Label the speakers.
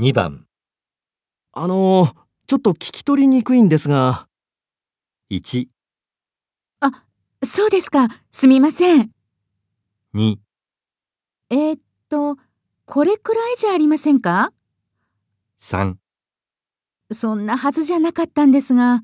Speaker 1: 2番、
Speaker 2: あのーちょっと聞き取りにくいんですが、
Speaker 1: 1、
Speaker 3: そうですか。すみません。
Speaker 1: 2、
Speaker 3: えーっと、これくらいじゃありませんか
Speaker 1: 3。
Speaker 3: そんなはずじゃなかったんですが。